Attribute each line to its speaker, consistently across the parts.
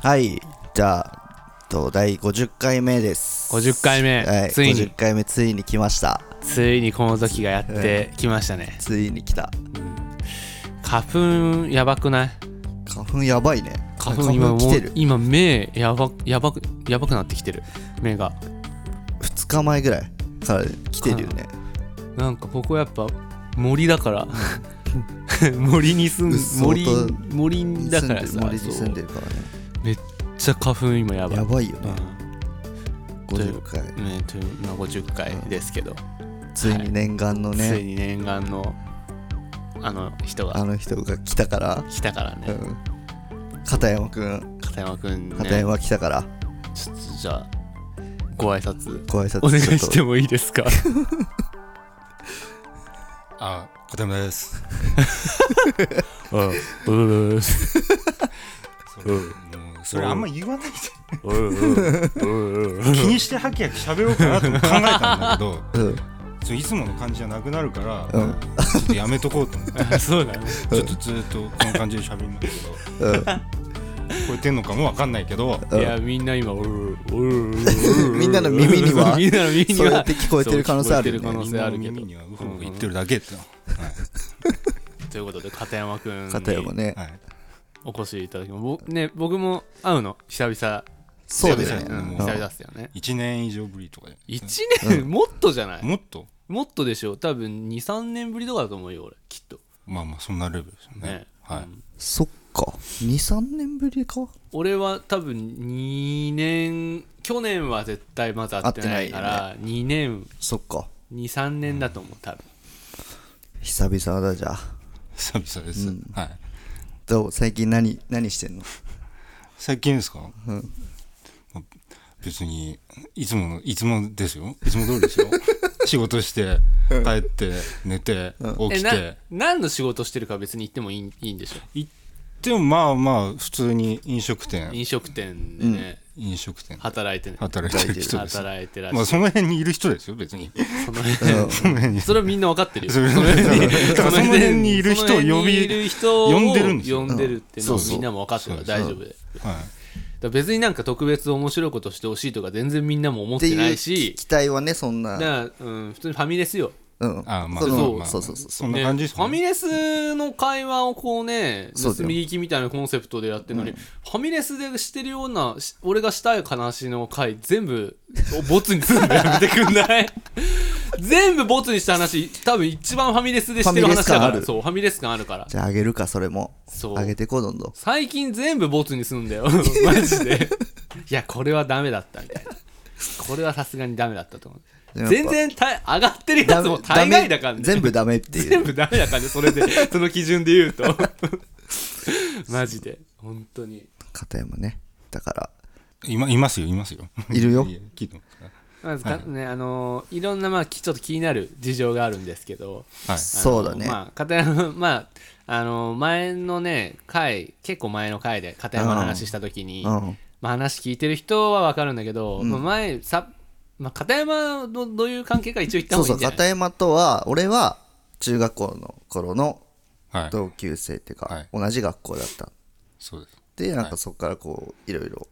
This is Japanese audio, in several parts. Speaker 1: はいじゃあと第50回目です
Speaker 2: 50回目、
Speaker 1: はい、
Speaker 2: ついに
Speaker 1: 50回目ついに来ました
Speaker 2: ついにこの時がやってきましたね、
Speaker 1: ついに来た
Speaker 2: 花粉やばくない
Speaker 1: 花粉やばいね
Speaker 2: 花粉今
Speaker 1: 来
Speaker 2: も
Speaker 1: て
Speaker 2: う
Speaker 1: る
Speaker 2: 今目やばやばくやばくなってきてる目が
Speaker 1: 2日前ぐらいから来てるよね
Speaker 2: なんか僕はやっぱ森だから 森に住
Speaker 1: うんっそう
Speaker 2: 森
Speaker 1: と
Speaker 2: 森だから
Speaker 1: 住
Speaker 2: さ
Speaker 1: んでる森に住んで
Speaker 2: そう
Speaker 1: るからね
Speaker 2: めっちゃ花粉今やばい
Speaker 1: やばいよ
Speaker 2: う
Speaker 1: ね
Speaker 2: ん
Speaker 1: 50回
Speaker 2: ね、というまあ50回ですけど、
Speaker 1: ついに念願の
Speaker 2: つい
Speaker 1: ね
Speaker 2: に念願のあの人
Speaker 1: あ
Speaker 2: が
Speaker 1: の人が来たから
Speaker 2: 来たから
Speaker 1: う
Speaker 2: ね、
Speaker 1: ん片山くん
Speaker 2: 片山くんね
Speaker 1: 片山来たから
Speaker 2: ちょっとじゃあご挨拶
Speaker 1: ご挨拶
Speaker 2: お願い
Speaker 1: ちょっと
Speaker 2: してもいいですか
Speaker 3: あ、片山です。
Speaker 2: うんうんうん
Speaker 3: そうもうそれあんま言わないで
Speaker 2: うんうん
Speaker 3: 気にしてハキハキ喋ろうかなとも考えたんだけ ど
Speaker 1: うん
Speaker 3: そういつもの感じじゃなくなるから、
Speaker 1: うん
Speaker 3: ちょっとやめとこうと思って
Speaker 2: あそうだね
Speaker 3: ちょっとずっとこの感じで喋りますけど
Speaker 1: う ん
Speaker 3: 聞こえてんのかもわかんないけど
Speaker 2: いやみんな今おるおるおる
Speaker 1: みんなの耳には
Speaker 2: みんなの耳に
Speaker 1: そうやっ
Speaker 2: は
Speaker 1: て聞こえてる可能性あるよ
Speaker 2: そう聞こえて
Speaker 1: ね
Speaker 2: る可能性あるけ
Speaker 3: みんなの
Speaker 2: ど
Speaker 3: 耳にはウフウフ言ってるだけっての
Speaker 2: ということで片山くん
Speaker 1: 片山
Speaker 2: に
Speaker 1: ね
Speaker 3: はい
Speaker 2: お越しいただきまぼね僕も会うの久々
Speaker 1: そうだ
Speaker 3: です
Speaker 1: よね
Speaker 2: ん
Speaker 1: う
Speaker 2: 久
Speaker 1: ん
Speaker 2: 々ですよね
Speaker 3: 1年以上ぶりとかで
Speaker 2: 1年もっとじゃない
Speaker 3: もっと
Speaker 2: もっとでしょ多分23年ぶりとかだと思うよ俺きっと
Speaker 3: まあまあそんなレベルですよね
Speaker 2: ね
Speaker 3: はい、
Speaker 2: うん
Speaker 1: そっか23年ぶりか
Speaker 2: 俺は多分2年去年は絶対まず会ってないから2年
Speaker 1: そっか
Speaker 2: 23年だと思う多分
Speaker 1: 久々だじゃあ
Speaker 3: 久々です、
Speaker 1: うん
Speaker 3: はい
Speaker 1: どう最近何何してん の
Speaker 3: 最近ですか、
Speaker 1: ん
Speaker 3: まあ別にいつものいつもですよいつも通りで すよ仕事して帰って寝て、起
Speaker 2: え
Speaker 3: き
Speaker 2: な
Speaker 3: て
Speaker 2: 何の仕事してるか別に言ってもいいいいんでしょ
Speaker 3: 行ってもまあまあ普通に飲食店
Speaker 2: 飲食店でね、
Speaker 3: 飲食店
Speaker 2: 働いてね
Speaker 3: 働いてる人です
Speaker 2: 働いてらっし
Speaker 3: ま
Speaker 2: ゃ
Speaker 3: あ
Speaker 2: る、
Speaker 3: その辺にいる人ですよ別に
Speaker 2: そ
Speaker 1: う
Speaker 2: の
Speaker 1: ん
Speaker 2: 辺
Speaker 3: その辺に
Speaker 2: それはみんな分かってるよ
Speaker 3: それだからその辺にいる人を
Speaker 2: その
Speaker 3: 呼
Speaker 2: 辺にい
Speaker 3: び
Speaker 2: る人を
Speaker 3: 呼んでるんですよ
Speaker 2: 呼んでるっていうの
Speaker 1: うん
Speaker 2: は
Speaker 1: そうそう
Speaker 2: みんなも分かってるから大丈夫で
Speaker 3: は
Speaker 2: だから別になんか特別面白いことしてほしいとか全然みんなも思
Speaker 1: っ
Speaker 2: っててないいうし
Speaker 1: 期待はねそんな
Speaker 2: だから、うん、普通にファミレスよ。
Speaker 1: うん
Speaker 3: あまあ
Speaker 1: その
Speaker 3: そうまあ
Speaker 1: そうそうそうそ
Speaker 3: そんな感じです
Speaker 2: ファ
Speaker 3: ね
Speaker 2: ミレスの会話をこうね、
Speaker 1: そう
Speaker 2: 盗
Speaker 1: だよ
Speaker 2: み聞きみたいなコンセプトでやってるのに、ファミレスでしてるような、し俺がしたい話の回、全部、ボツにするのやめてくんない 全部ボツにした話、多分一番ファミレスでしてる話
Speaker 1: ファミレ
Speaker 2: だ
Speaker 1: ス感
Speaker 2: か
Speaker 1: ある
Speaker 2: ら、そう、ファミレス感あるから。
Speaker 1: じゃああげるかそれも
Speaker 2: そう
Speaker 1: あげてこうどんどん
Speaker 2: 最近全部ボツにすんだよ マジでいやこれはダメだったみたいなこれはさすがにダメだったと思
Speaker 1: でも
Speaker 2: う
Speaker 1: やっ
Speaker 2: 全
Speaker 1: ぱ
Speaker 2: 然た上がってるやつも大概だからね
Speaker 1: 全部ダメってい
Speaker 2: 全
Speaker 1: う
Speaker 2: 部ダメだからねそ れでその基準で言うと マジで本当に
Speaker 1: 片山ねだから
Speaker 3: 今いますよいますよ
Speaker 1: いるよ
Speaker 3: や聞いてますか
Speaker 2: まずか、ねあのいろんなまあきちょっと気になる事情があるんですけど
Speaker 3: はい
Speaker 2: あの
Speaker 1: そうだね
Speaker 2: まあ、片山、 まあ、あの前のね回結構前の回で片山の話した時に、
Speaker 1: うん
Speaker 2: まあ、話聞いてる人は分かるんだけど、まあ前さ、まあ、片山のどういう関係か一応言った
Speaker 1: そ
Speaker 2: 方
Speaker 1: うそ
Speaker 2: がいいん
Speaker 1: う
Speaker 2: じゃない
Speaker 1: 片山とは俺は中学校の頃の
Speaker 3: はい
Speaker 1: 同級生っていう
Speaker 3: は
Speaker 1: か
Speaker 3: い
Speaker 1: 同じ学校だった
Speaker 3: そうです
Speaker 1: でなんかそこからこういろいろ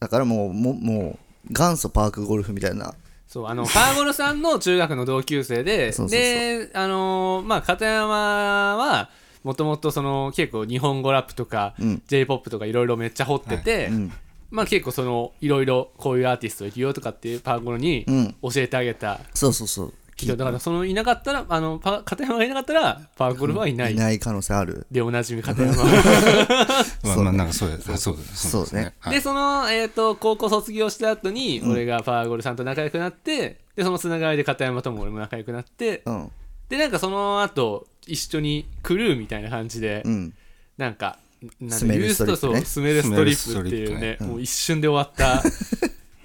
Speaker 1: だからもうももう元祖パークゴルフみたいな
Speaker 2: そうあの川頃さんの中学の同級生で
Speaker 1: そうそうそう
Speaker 2: であのーまあ片山はもともとその結構日本語ラップとか、
Speaker 1: ん
Speaker 2: j p o p とかいろいろめっちゃ掘ってて、
Speaker 1: ん
Speaker 2: まあ結構そのいろいろこういうアーティストいるよとかっていうパーゴロに
Speaker 1: うん
Speaker 2: 教えてあげた
Speaker 1: そうそうそう
Speaker 2: 人、だからそのいなかったらあのパ片山がいなかったらパーゴロはいない、
Speaker 1: いない可能性ある
Speaker 2: でおなじみ片 山
Speaker 3: まあまあなんかそうですそうです
Speaker 1: そうですね
Speaker 3: はい
Speaker 2: でその、えー、と高校卒業した後に、俺がパワーゴルさんと仲良くなってでそのつながりで片山とも俺も仲良くなって、
Speaker 1: うん
Speaker 2: でなんかその後一緒にクルーみたいな感じで、
Speaker 1: うん
Speaker 2: なんかなん
Speaker 1: スメルストリップね
Speaker 2: ユースとそうスメルストリップっていうねもう一瞬で終わった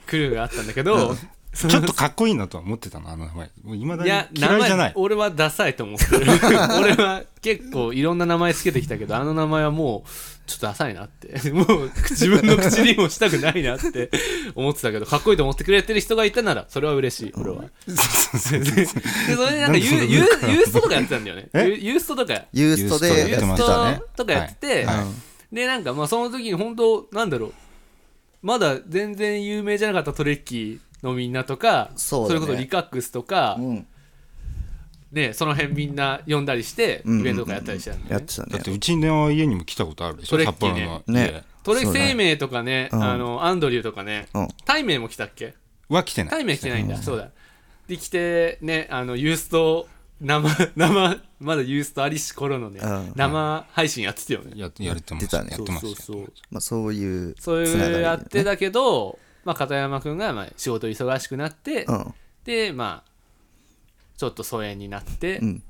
Speaker 2: クルーがあったんだけど、その
Speaker 3: ちょっとかっこいいなとは思ってたのあの名前いま
Speaker 2: い
Speaker 3: だに
Speaker 2: や
Speaker 3: 嫌いじ
Speaker 2: 名
Speaker 3: ゃな
Speaker 2: 前
Speaker 3: い
Speaker 2: 俺はダサいと思って る俺は結構いろんな名前つけてきたけどあの名前はもうちょっとダサいなってもう自分の口にもしたくないなって思ってたけどかっこいいと思ってくれてる人がいたならそれは嬉しい俺は、 でそれでなんかユーユーユーストとかやってたんだよねユ
Speaker 3: え
Speaker 2: ーユーストとか
Speaker 1: ユースト
Speaker 3: ユースト
Speaker 1: で
Speaker 3: で
Speaker 2: ユ
Speaker 3: やっ
Speaker 2: ー
Speaker 3: てま
Speaker 2: ス
Speaker 3: したね
Speaker 2: トとかやってて、
Speaker 3: はいは
Speaker 2: でなんかまあその時に本当なんだろうまだ全然有名じゃなかったトレッキーのみんなとか
Speaker 1: そうだね
Speaker 2: れこそリカックスとか、
Speaker 1: うん
Speaker 2: ね、その辺みんな呼んだりして
Speaker 1: うん
Speaker 2: イベントとかやったりしてたんだ
Speaker 1: や
Speaker 2: よ
Speaker 1: っ
Speaker 2: ね
Speaker 1: てた
Speaker 3: だっ
Speaker 1: ね
Speaker 3: てうちの家にも来たことあるでし
Speaker 2: ト
Speaker 3: ょ、
Speaker 2: レッ
Speaker 3: 札
Speaker 2: キー
Speaker 3: 幌
Speaker 2: ね
Speaker 3: の家、
Speaker 1: ね
Speaker 2: トレ
Speaker 1: そうだね
Speaker 2: 生命とかね、
Speaker 1: うん
Speaker 2: あのアンドリューとかね
Speaker 1: うん
Speaker 2: タイ名も来たっけ
Speaker 3: は来てな
Speaker 2: タイ
Speaker 3: い。
Speaker 2: 名来てないんだ、そうだで来てねあのユースト生生まだユーストありし頃のね、
Speaker 1: うん
Speaker 2: 生配信やってたよね
Speaker 3: ややれてま
Speaker 1: 出
Speaker 3: した
Speaker 1: たね
Speaker 3: ね。やってま
Speaker 2: そう
Speaker 3: した
Speaker 2: そうそう
Speaker 1: まあそういうつ
Speaker 2: そう
Speaker 1: ながり
Speaker 2: い
Speaker 1: で
Speaker 2: う
Speaker 1: ね
Speaker 2: やってたけど、まあ、片山君がまあ仕事忙しくなって、
Speaker 1: うん
Speaker 2: でまあちょっと疎遠になって、
Speaker 1: うん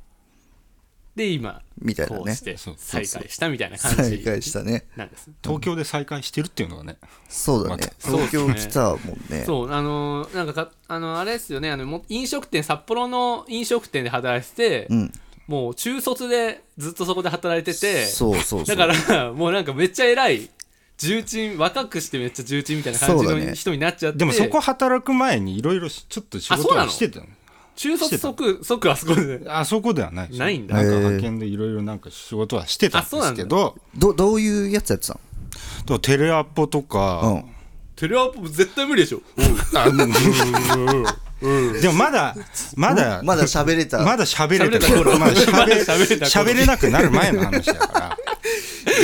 Speaker 2: で今
Speaker 1: みたいな
Speaker 2: こう
Speaker 1: ね
Speaker 2: して
Speaker 3: そう
Speaker 2: 再開したみたいな感
Speaker 1: 再
Speaker 2: じ
Speaker 1: 開したね
Speaker 2: なんです、
Speaker 3: 東京で再会してるっていうのがね、
Speaker 1: そうだね
Speaker 2: そうで
Speaker 1: 東
Speaker 2: すね
Speaker 1: 京来たもんね
Speaker 2: そうあのーなんかかあのあれですよねあのも飲食店札幌の飲食店で働いてて、
Speaker 1: うん
Speaker 2: もう中卒でずっとそこで働いてて
Speaker 1: そうそうそ
Speaker 2: だ
Speaker 1: う
Speaker 2: から もうなんかめっちゃ偉い重鎮若くしてめっちゃ重鎮みたいな感
Speaker 1: そ
Speaker 2: じの
Speaker 1: うだね
Speaker 2: 人になっちゃって、
Speaker 3: でもそこ働く前にいろいろちょっと仕
Speaker 2: あそ
Speaker 3: 事
Speaker 2: うな
Speaker 3: は
Speaker 2: の
Speaker 3: してたの。
Speaker 2: 中卒即即あそこで
Speaker 3: あそこではないですよ
Speaker 2: ないんだ
Speaker 3: なんか
Speaker 1: へー
Speaker 3: 派遣でいろいろなんか仕事はしてたんですけど、
Speaker 1: どどういうやつやってたの
Speaker 3: だからテレアポとか、
Speaker 1: うん
Speaker 2: テレアポ絶対無理でしょ
Speaker 3: あうんうん うんでもまだ、まだ、
Speaker 1: まだ喋 れた
Speaker 3: まだ喋れた
Speaker 2: 喋れた頃
Speaker 3: まだ喋れ
Speaker 2: まだ喋れた頃
Speaker 3: 喋れなくなる前の話だから。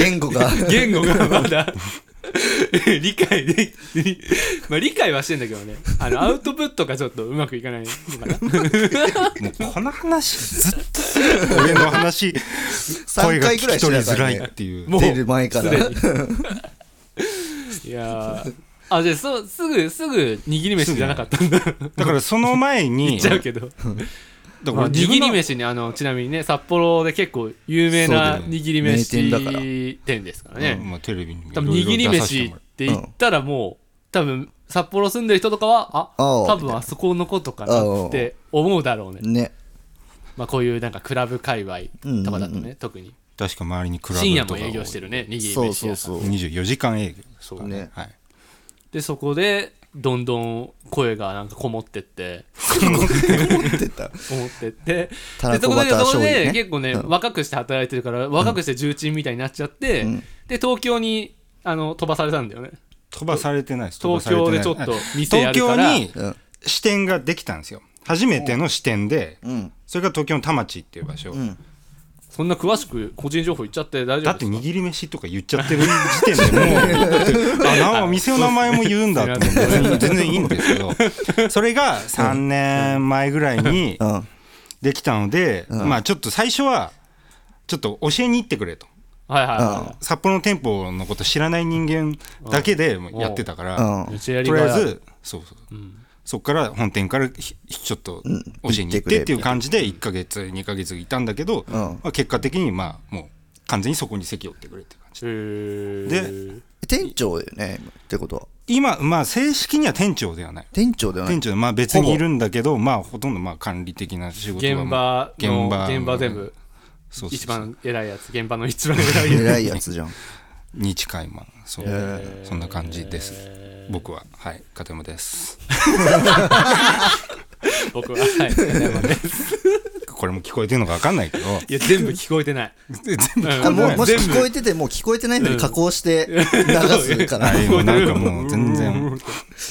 Speaker 1: 言語が
Speaker 2: 言語がまだ 理解できまあ理解はしてんだけどねあのアウトプットがちょっとうまくいかないのかな
Speaker 3: もうこの話ずっとする俺 の話声
Speaker 1: 3
Speaker 3: が聞
Speaker 1: 回
Speaker 3: き
Speaker 1: ぐらいし
Speaker 3: 取
Speaker 1: て
Speaker 3: り
Speaker 1: た
Speaker 3: づ
Speaker 1: からら
Speaker 3: い
Speaker 1: ね
Speaker 3: っていう
Speaker 2: もう
Speaker 1: 出る前から
Speaker 2: すでにいやーあじゃあそうすぐすぐ握り飯じゃなかったんだ
Speaker 3: だからその前に
Speaker 2: ちゃうけど、
Speaker 3: だから
Speaker 2: まあ、
Speaker 3: 俺自
Speaker 2: 握
Speaker 3: 分の
Speaker 2: り飯にあのちなみにね札幌で結構有名
Speaker 1: そ
Speaker 2: な
Speaker 1: うだよね
Speaker 2: 握り飯
Speaker 1: 名店だから
Speaker 2: 店ですから
Speaker 3: う
Speaker 2: ね
Speaker 3: んまあ、テレビにも
Speaker 2: 多分握り飯って言ったらもう多分札幌住んでる人とかはあ
Speaker 1: ああ
Speaker 2: 多分あそこのことかなって思うだろうね
Speaker 1: ね
Speaker 2: まあこういうなんかクラブ界隈とかだとね、
Speaker 1: うんうん
Speaker 2: 特に
Speaker 3: 確か周りにクラブ
Speaker 2: 深夜
Speaker 3: と
Speaker 2: も
Speaker 3: か
Speaker 2: 営業してるね握り飯
Speaker 1: そうそう
Speaker 2: 屋さ
Speaker 1: そ
Speaker 2: ん
Speaker 1: う
Speaker 3: 24時間営業
Speaker 2: そう
Speaker 1: ね
Speaker 3: はい、
Speaker 2: でそこでどんどん声がなんかこもっ てって
Speaker 1: 言ってた
Speaker 2: 思ってって
Speaker 1: たら
Speaker 2: でそ
Speaker 1: こ
Speaker 2: こ
Speaker 1: バ
Speaker 2: で
Speaker 1: ター醤
Speaker 2: そこ
Speaker 1: 油
Speaker 2: で
Speaker 1: ね
Speaker 2: 結構ね、
Speaker 1: うん
Speaker 2: 若くして働いてるから若くして重鎮みたいになっちゃって、
Speaker 1: うん
Speaker 2: で東京にあの飛ばされたんだよね
Speaker 3: 飛ばされてないです
Speaker 2: 東京でちょっと店や
Speaker 3: 東
Speaker 2: る
Speaker 3: 京
Speaker 2: から
Speaker 3: に
Speaker 1: うん
Speaker 3: 支店ができたんですよ初めての支店で
Speaker 1: うん
Speaker 3: それが東京の田町っていう場所、
Speaker 1: うん
Speaker 2: そんな詳しく個人情報言っちゃって大丈
Speaker 3: だ
Speaker 2: 夫
Speaker 3: っ
Speaker 2: で
Speaker 3: て
Speaker 2: すか
Speaker 3: 握り飯とか言っちゃってる時点でもう あなお店の名前も言うんだと思って
Speaker 2: そうですね
Speaker 3: 全然いいんですけど それが3年前ぐらいに
Speaker 1: うん
Speaker 3: できたので、
Speaker 1: うん
Speaker 3: まあちょっと最初はちょっと教えに行ってくれと
Speaker 2: はいはいはい、
Speaker 1: うん
Speaker 3: 札幌の店舗のこと知らない人間だけでやってたから、
Speaker 1: うん
Speaker 2: めっちゃやり
Speaker 3: と
Speaker 2: が
Speaker 3: り
Speaker 2: い
Speaker 3: あ
Speaker 2: あ
Speaker 3: え
Speaker 2: る
Speaker 3: ずそうそう
Speaker 2: うん
Speaker 3: そっから本店からひちょっと
Speaker 1: うん
Speaker 3: 教えに行ってっていう感じで1か月2か月いたんだけど、
Speaker 1: ん
Speaker 3: まあ、結果的にまあもう完全にそこに席を追ってくれっていう感じ
Speaker 2: へー
Speaker 3: で
Speaker 1: 店長だよね今ってことは
Speaker 3: 今まあ正式には店長ではない
Speaker 1: 店長だよね
Speaker 3: 店長でまあ別にいるんだけどまあほとんどまあ管理的な仕事は
Speaker 2: 現場の
Speaker 3: 現場
Speaker 2: 現場全部
Speaker 3: そうそう
Speaker 2: 一
Speaker 3: そう
Speaker 2: 番偉いやつ現場の一番偉いやつ
Speaker 1: 偉いや つじゃん
Speaker 3: に近いまあそう、
Speaker 1: へ
Speaker 3: そんな感じです、僕ははい片山です
Speaker 2: 僕ははい片山です
Speaker 3: これも聞こえてるのか分かん ないけど
Speaker 2: いや全部聞こえてない
Speaker 3: 全部
Speaker 2: うん
Speaker 1: あもうもし
Speaker 2: 全
Speaker 1: 聞
Speaker 2: 部
Speaker 1: こえててもう聞こえてないのに加工して流すから
Speaker 3: は
Speaker 1: フ
Speaker 3: いもうなんかもう全然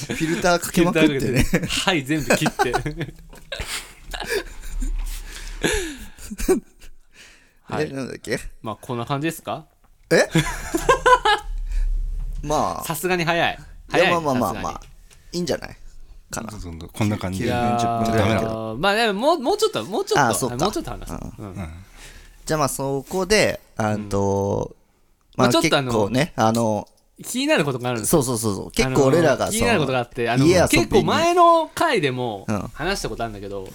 Speaker 1: ィルターかけまくってね
Speaker 2: はい全部切って は
Speaker 1: え
Speaker 2: い
Speaker 1: なんだっけ
Speaker 2: まあこんな感じですか
Speaker 1: え まあ
Speaker 2: さすがに早い
Speaker 1: い
Speaker 2: 早い
Speaker 1: やまあまあまあ
Speaker 2: さす
Speaker 1: ま
Speaker 2: が
Speaker 1: あいいんじゃないかな
Speaker 3: そうそうそうこんな感
Speaker 2: に
Speaker 3: じ
Speaker 2: い
Speaker 3: で
Speaker 1: や
Speaker 2: やー
Speaker 1: ちょっとダメ
Speaker 2: まあでももうもうちょっともうちょっと
Speaker 1: あそうか
Speaker 2: もうちょっと話す
Speaker 1: う
Speaker 2: うん
Speaker 1: じゃあまあそこであんと、
Speaker 2: まあ
Speaker 1: まあ
Speaker 2: ちょっ
Speaker 1: 結
Speaker 2: とあの
Speaker 1: 構ねあの
Speaker 2: 気になることがあるんです
Speaker 1: そうそうそうそう結構俺ら
Speaker 2: あ
Speaker 1: が
Speaker 2: の
Speaker 1: そ
Speaker 2: 気
Speaker 1: の
Speaker 2: になることがあってあの
Speaker 1: 家遊びに
Speaker 2: 結構前の回でも
Speaker 1: うん
Speaker 2: 話したことあるんだけど、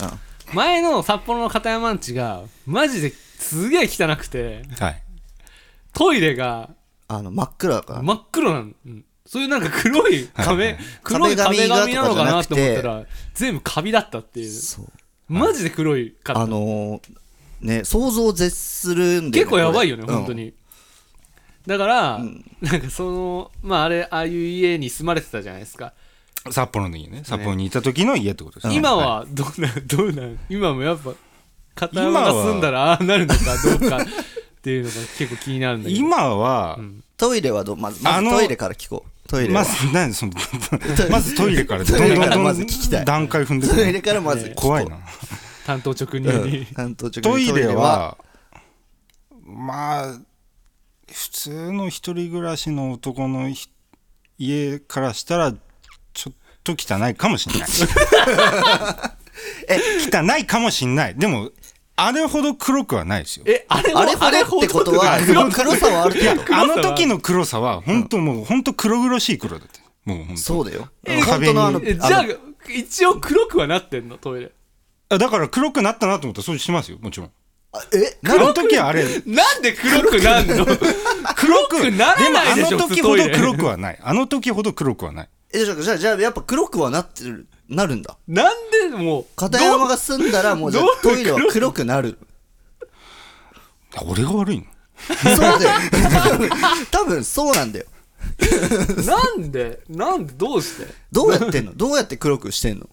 Speaker 2: 前の札幌の片山んちがマジですげえ汚くて
Speaker 3: はい
Speaker 2: トイレが
Speaker 1: あの真っ暗だから、
Speaker 2: 真っ黒なん、うんそういうなんか黒い壁、
Speaker 3: はいはい
Speaker 2: 黒い壁
Speaker 1: 壁
Speaker 2: 紙
Speaker 1: 紙
Speaker 2: な
Speaker 1: がと
Speaker 2: のか
Speaker 1: かじゃ
Speaker 2: な
Speaker 1: なく
Speaker 2: と
Speaker 1: て
Speaker 2: 思ったら全部カビだったっていう
Speaker 1: そう
Speaker 2: マジで黒いかった、
Speaker 1: あのーね想像を絶するんで、
Speaker 2: 結構やばいよね
Speaker 1: これ
Speaker 2: 本当、に、だから、なんかそのまああれああいう家に住まれてたじゃないですか、
Speaker 3: 札幌の家ね札幌にいた時の家ってことですね
Speaker 2: 今
Speaker 3: い
Speaker 2: はどうなんどうなん今もやっぱ片山が住んだらああなるのかどうかっていうのが結構気になるんだけど
Speaker 3: 今は
Speaker 2: ん
Speaker 1: トイレはどうまずま
Speaker 3: あ
Speaker 1: ず
Speaker 3: の
Speaker 1: トイレから聞こうトイレは
Speaker 3: まず、何その、まずトイレから、
Speaker 1: ト
Speaker 3: どん
Speaker 1: イレ
Speaker 3: ど
Speaker 1: から
Speaker 3: んど
Speaker 1: ま
Speaker 3: ん
Speaker 1: ず聞きたい
Speaker 3: 段階踏んで
Speaker 1: トイレ
Speaker 3: く
Speaker 1: からまず聞こう
Speaker 3: る。怖いな。
Speaker 2: 担当直入
Speaker 1: う
Speaker 2: に、
Speaker 1: ん担当直
Speaker 3: ト
Speaker 1: 入
Speaker 3: イ
Speaker 1: に
Speaker 3: レは、まあ、普通の一人暮らしの男のひ家からしたら、ちょっと汚いかもしんない。 え、汚いかもしんない。でも、あれほど黒くはないですよ。
Speaker 2: えあれも
Speaker 1: あれほどってことは
Speaker 2: あれほど
Speaker 1: 黒黒さはあるけど
Speaker 3: あの時の黒さは、本当もう、本当黒々しい黒だって。もう本当。
Speaker 1: そうだよ
Speaker 2: え
Speaker 1: 本当のあの
Speaker 2: えじゃ
Speaker 1: あ
Speaker 2: あ一応黒くはなってんのトイレ
Speaker 3: あだから黒くなったなと思ったら掃除しますよ、もちろん。
Speaker 1: のえ
Speaker 3: あの時はあれ、
Speaker 2: なんで黒くなんの黒くならないでしょ
Speaker 3: もあの
Speaker 2: 普
Speaker 3: 時
Speaker 2: 通ト
Speaker 3: ほ
Speaker 2: イ
Speaker 3: ど
Speaker 2: レ
Speaker 3: 黒くはない。あの時ほど黒くはない。
Speaker 1: えじゃあじゃあじゃあやっぱ黒くはなってるなるんだ
Speaker 2: なんでもう
Speaker 1: 片山が住んだらもうじゃあ
Speaker 2: どう
Speaker 1: トイレは黒くなる
Speaker 3: 俺が悪いの
Speaker 1: そうだよ 多分そうなんだよ
Speaker 2: どなんでなんでどうして
Speaker 1: どうやってんのどうやって黒くしてんの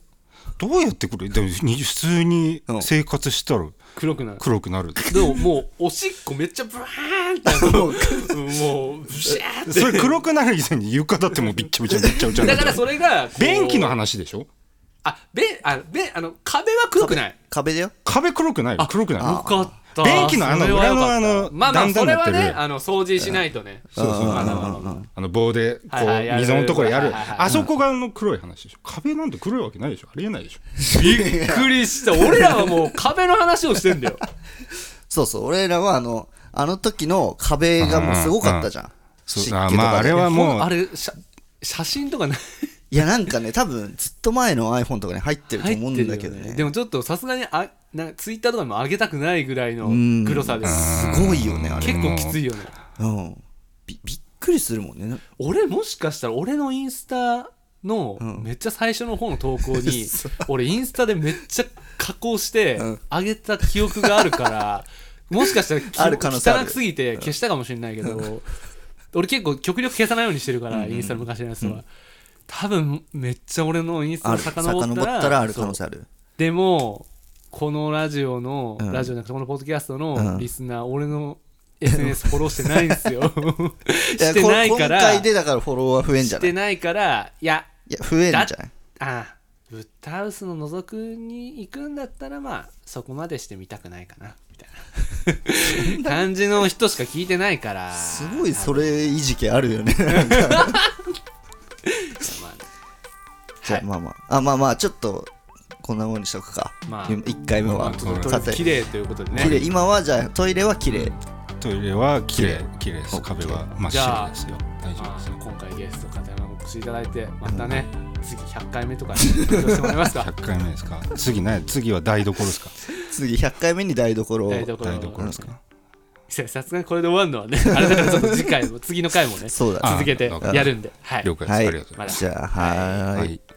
Speaker 3: どうやってこれでもに普通に生活したら
Speaker 2: 黒くなる
Speaker 3: 黒くなる。
Speaker 2: でももうおしっこめっちゃブワーンってあのもうブシャーって
Speaker 3: それ黒くなる以前に床だってもうびっちゃびちゃびっちゃびちゃ。
Speaker 2: だからそれがこう
Speaker 3: 便器の話でしょ
Speaker 2: あ便あ便あの壁は黒くない
Speaker 1: 壁だよ
Speaker 3: 壁黒くないよ黒くない
Speaker 2: よ
Speaker 3: よ
Speaker 2: かった
Speaker 3: 便器のあの
Speaker 2: それはよかった
Speaker 3: 裏のあの
Speaker 2: まあまあ
Speaker 3: 段
Speaker 2: そ
Speaker 3: 々に
Speaker 2: れ
Speaker 3: なっ
Speaker 2: は
Speaker 3: てる
Speaker 2: ねあの掃除しないとね
Speaker 3: そうそうあのあの棒でこ
Speaker 2: はいはいや
Speaker 3: う
Speaker 2: る
Speaker 3: 溝のとこや
Speaker 2: はい
Speaker 3: る
Speaker 2: はいはい
Speaker 3: あそこがあの黒い話でしょ壁なんて黒いわけないでしょありえないでしょ
Speaker 2: びっくりした俺らはもう壁の話をしてんだ よ
Speaker 1: そうそう俺らはあのあの時の壁がもうすごかったじゃん
Speaker 3: そう
Speaker 1: 湿気と
Speaker 3: あ
Speaker 1: かで
Speaker 3: まああれはもう
Speaker 2: あれ写写真とかない
Speaker 1: いやなんかね多分ずっと前の iPhone とかに入ってると
Speaker 2: 入
Speaker 1: 思う
Speaker 2: っ
Speaker 1: ん
Speaker 2: て
Speaker 1: だ
Speaker 2: る
Speaker 1: け
Speaker 2: よ
Speaker 1: どね
Speaker 2: ねでもちょっとさすがにあなツイッターとかにも上げたくないぐらいの
Speaker 1: ん
Speaker 2: 黒さです
Speaker 1: すごいよねあれ
Speaker 2: 結構きついよね
Speaker 1: うんびびっくりするもんね
Speaker 2: 俺もしかしたら俺のインスタのめっちゃ最初の方の投稿 に俺インスタでめっちゃ加工して
Speaker 1: ん
Speaker 2: 上げた記憶があ るからもしかしたらき
Speaker 1: ある可能性ある
Speaker 2: 汚くすぎて消したかもしれないけど俺結構極力消さないようにしてるからインスタの昔のやつは多分めっちゃ俺のインス
Speaker 1: あ
Speaker 2: タ
Speaker 1: る
Speaker 2: 遡
Speaker 1: 遡っ
Speaker 2: っ
Speaker 1: た
Speaker 2: た
Speaker 1: ら
Speaker 2: ら
Speaker 1: ある可能性ある
Speaker 2: でもこのラジオの、
Speaker 1: うん
Speaker 2: ラジオじゃなくてこのポッドキャスト
Speaker 1: うん
Speaker 2: のリスナー、俺の SNS フォローしてないんですよ
Speaker 1: いや
Speaker 2: してない
Speaker 1: こ
Speaker 2: から
Speaker 1: 今回でだからフォロワー増えんじゃな
Speaker 2: し
Speaker 1: い
Speaker 2: て
Speaker 1: い
Speaker 2: ないからいや
Speaker 1: や増えんじゃない
Speaker 2: あブッダハウスの覗くに行くんだったらまあそこまでしてみたくないかなみたいな感じの人しか聞いてないから
Speaker 1: すごいそれいじけあるよね
Speaker 2: ま
Speaker 1: じゃあまあまああまあまあちょっとこんなもんにしとくか
Speaker 2: まあ
Speaker 1: 1回目
Speaker 2: あまあ
Speaker 1: は
Speaker 2: ちょっと
Speaker 1: さ
Speaker 2: と
Speaker 1: て
Speaker 2: 綺
Speaker 1: 綺
Speaker 2: 麗ということでね
Speaker 1: 麗今はじゃあトイレは綺麗
Speaker 3: トイレは綺麗綺麗です壁は真っ
Speaker 2: じゃあ
Speaker 3: 白ですよ大丈夫
Speaker 2: ま
Speaker 3: です
Speaker 2: あ
Speaker 3: よ
Speaker 2: 今回ゲスト片山にお越しいただいてまたね、次100回目とかに登場してもら えますか
Speaker 3: 100回目ですか次ね次は台所ですか
Speaker 1: 次100回目に台所を
Speaker 2: 台所
Speaker 3: 台所ですか
Speaker 2: ささすがにこれで終わるのはねあれだからちょっと次回も次の回も ね
Speaker 1: そうだ
Speaker 3: あ
Speaker 2: 続けてやるんではい
Speaker 3: 了解です
Speaker 1: は
Speaker 3: あり
Speaker 1: い
Speaker 3: がとうございます
Speaker 1: じゃあはーい
Speaker 3: はい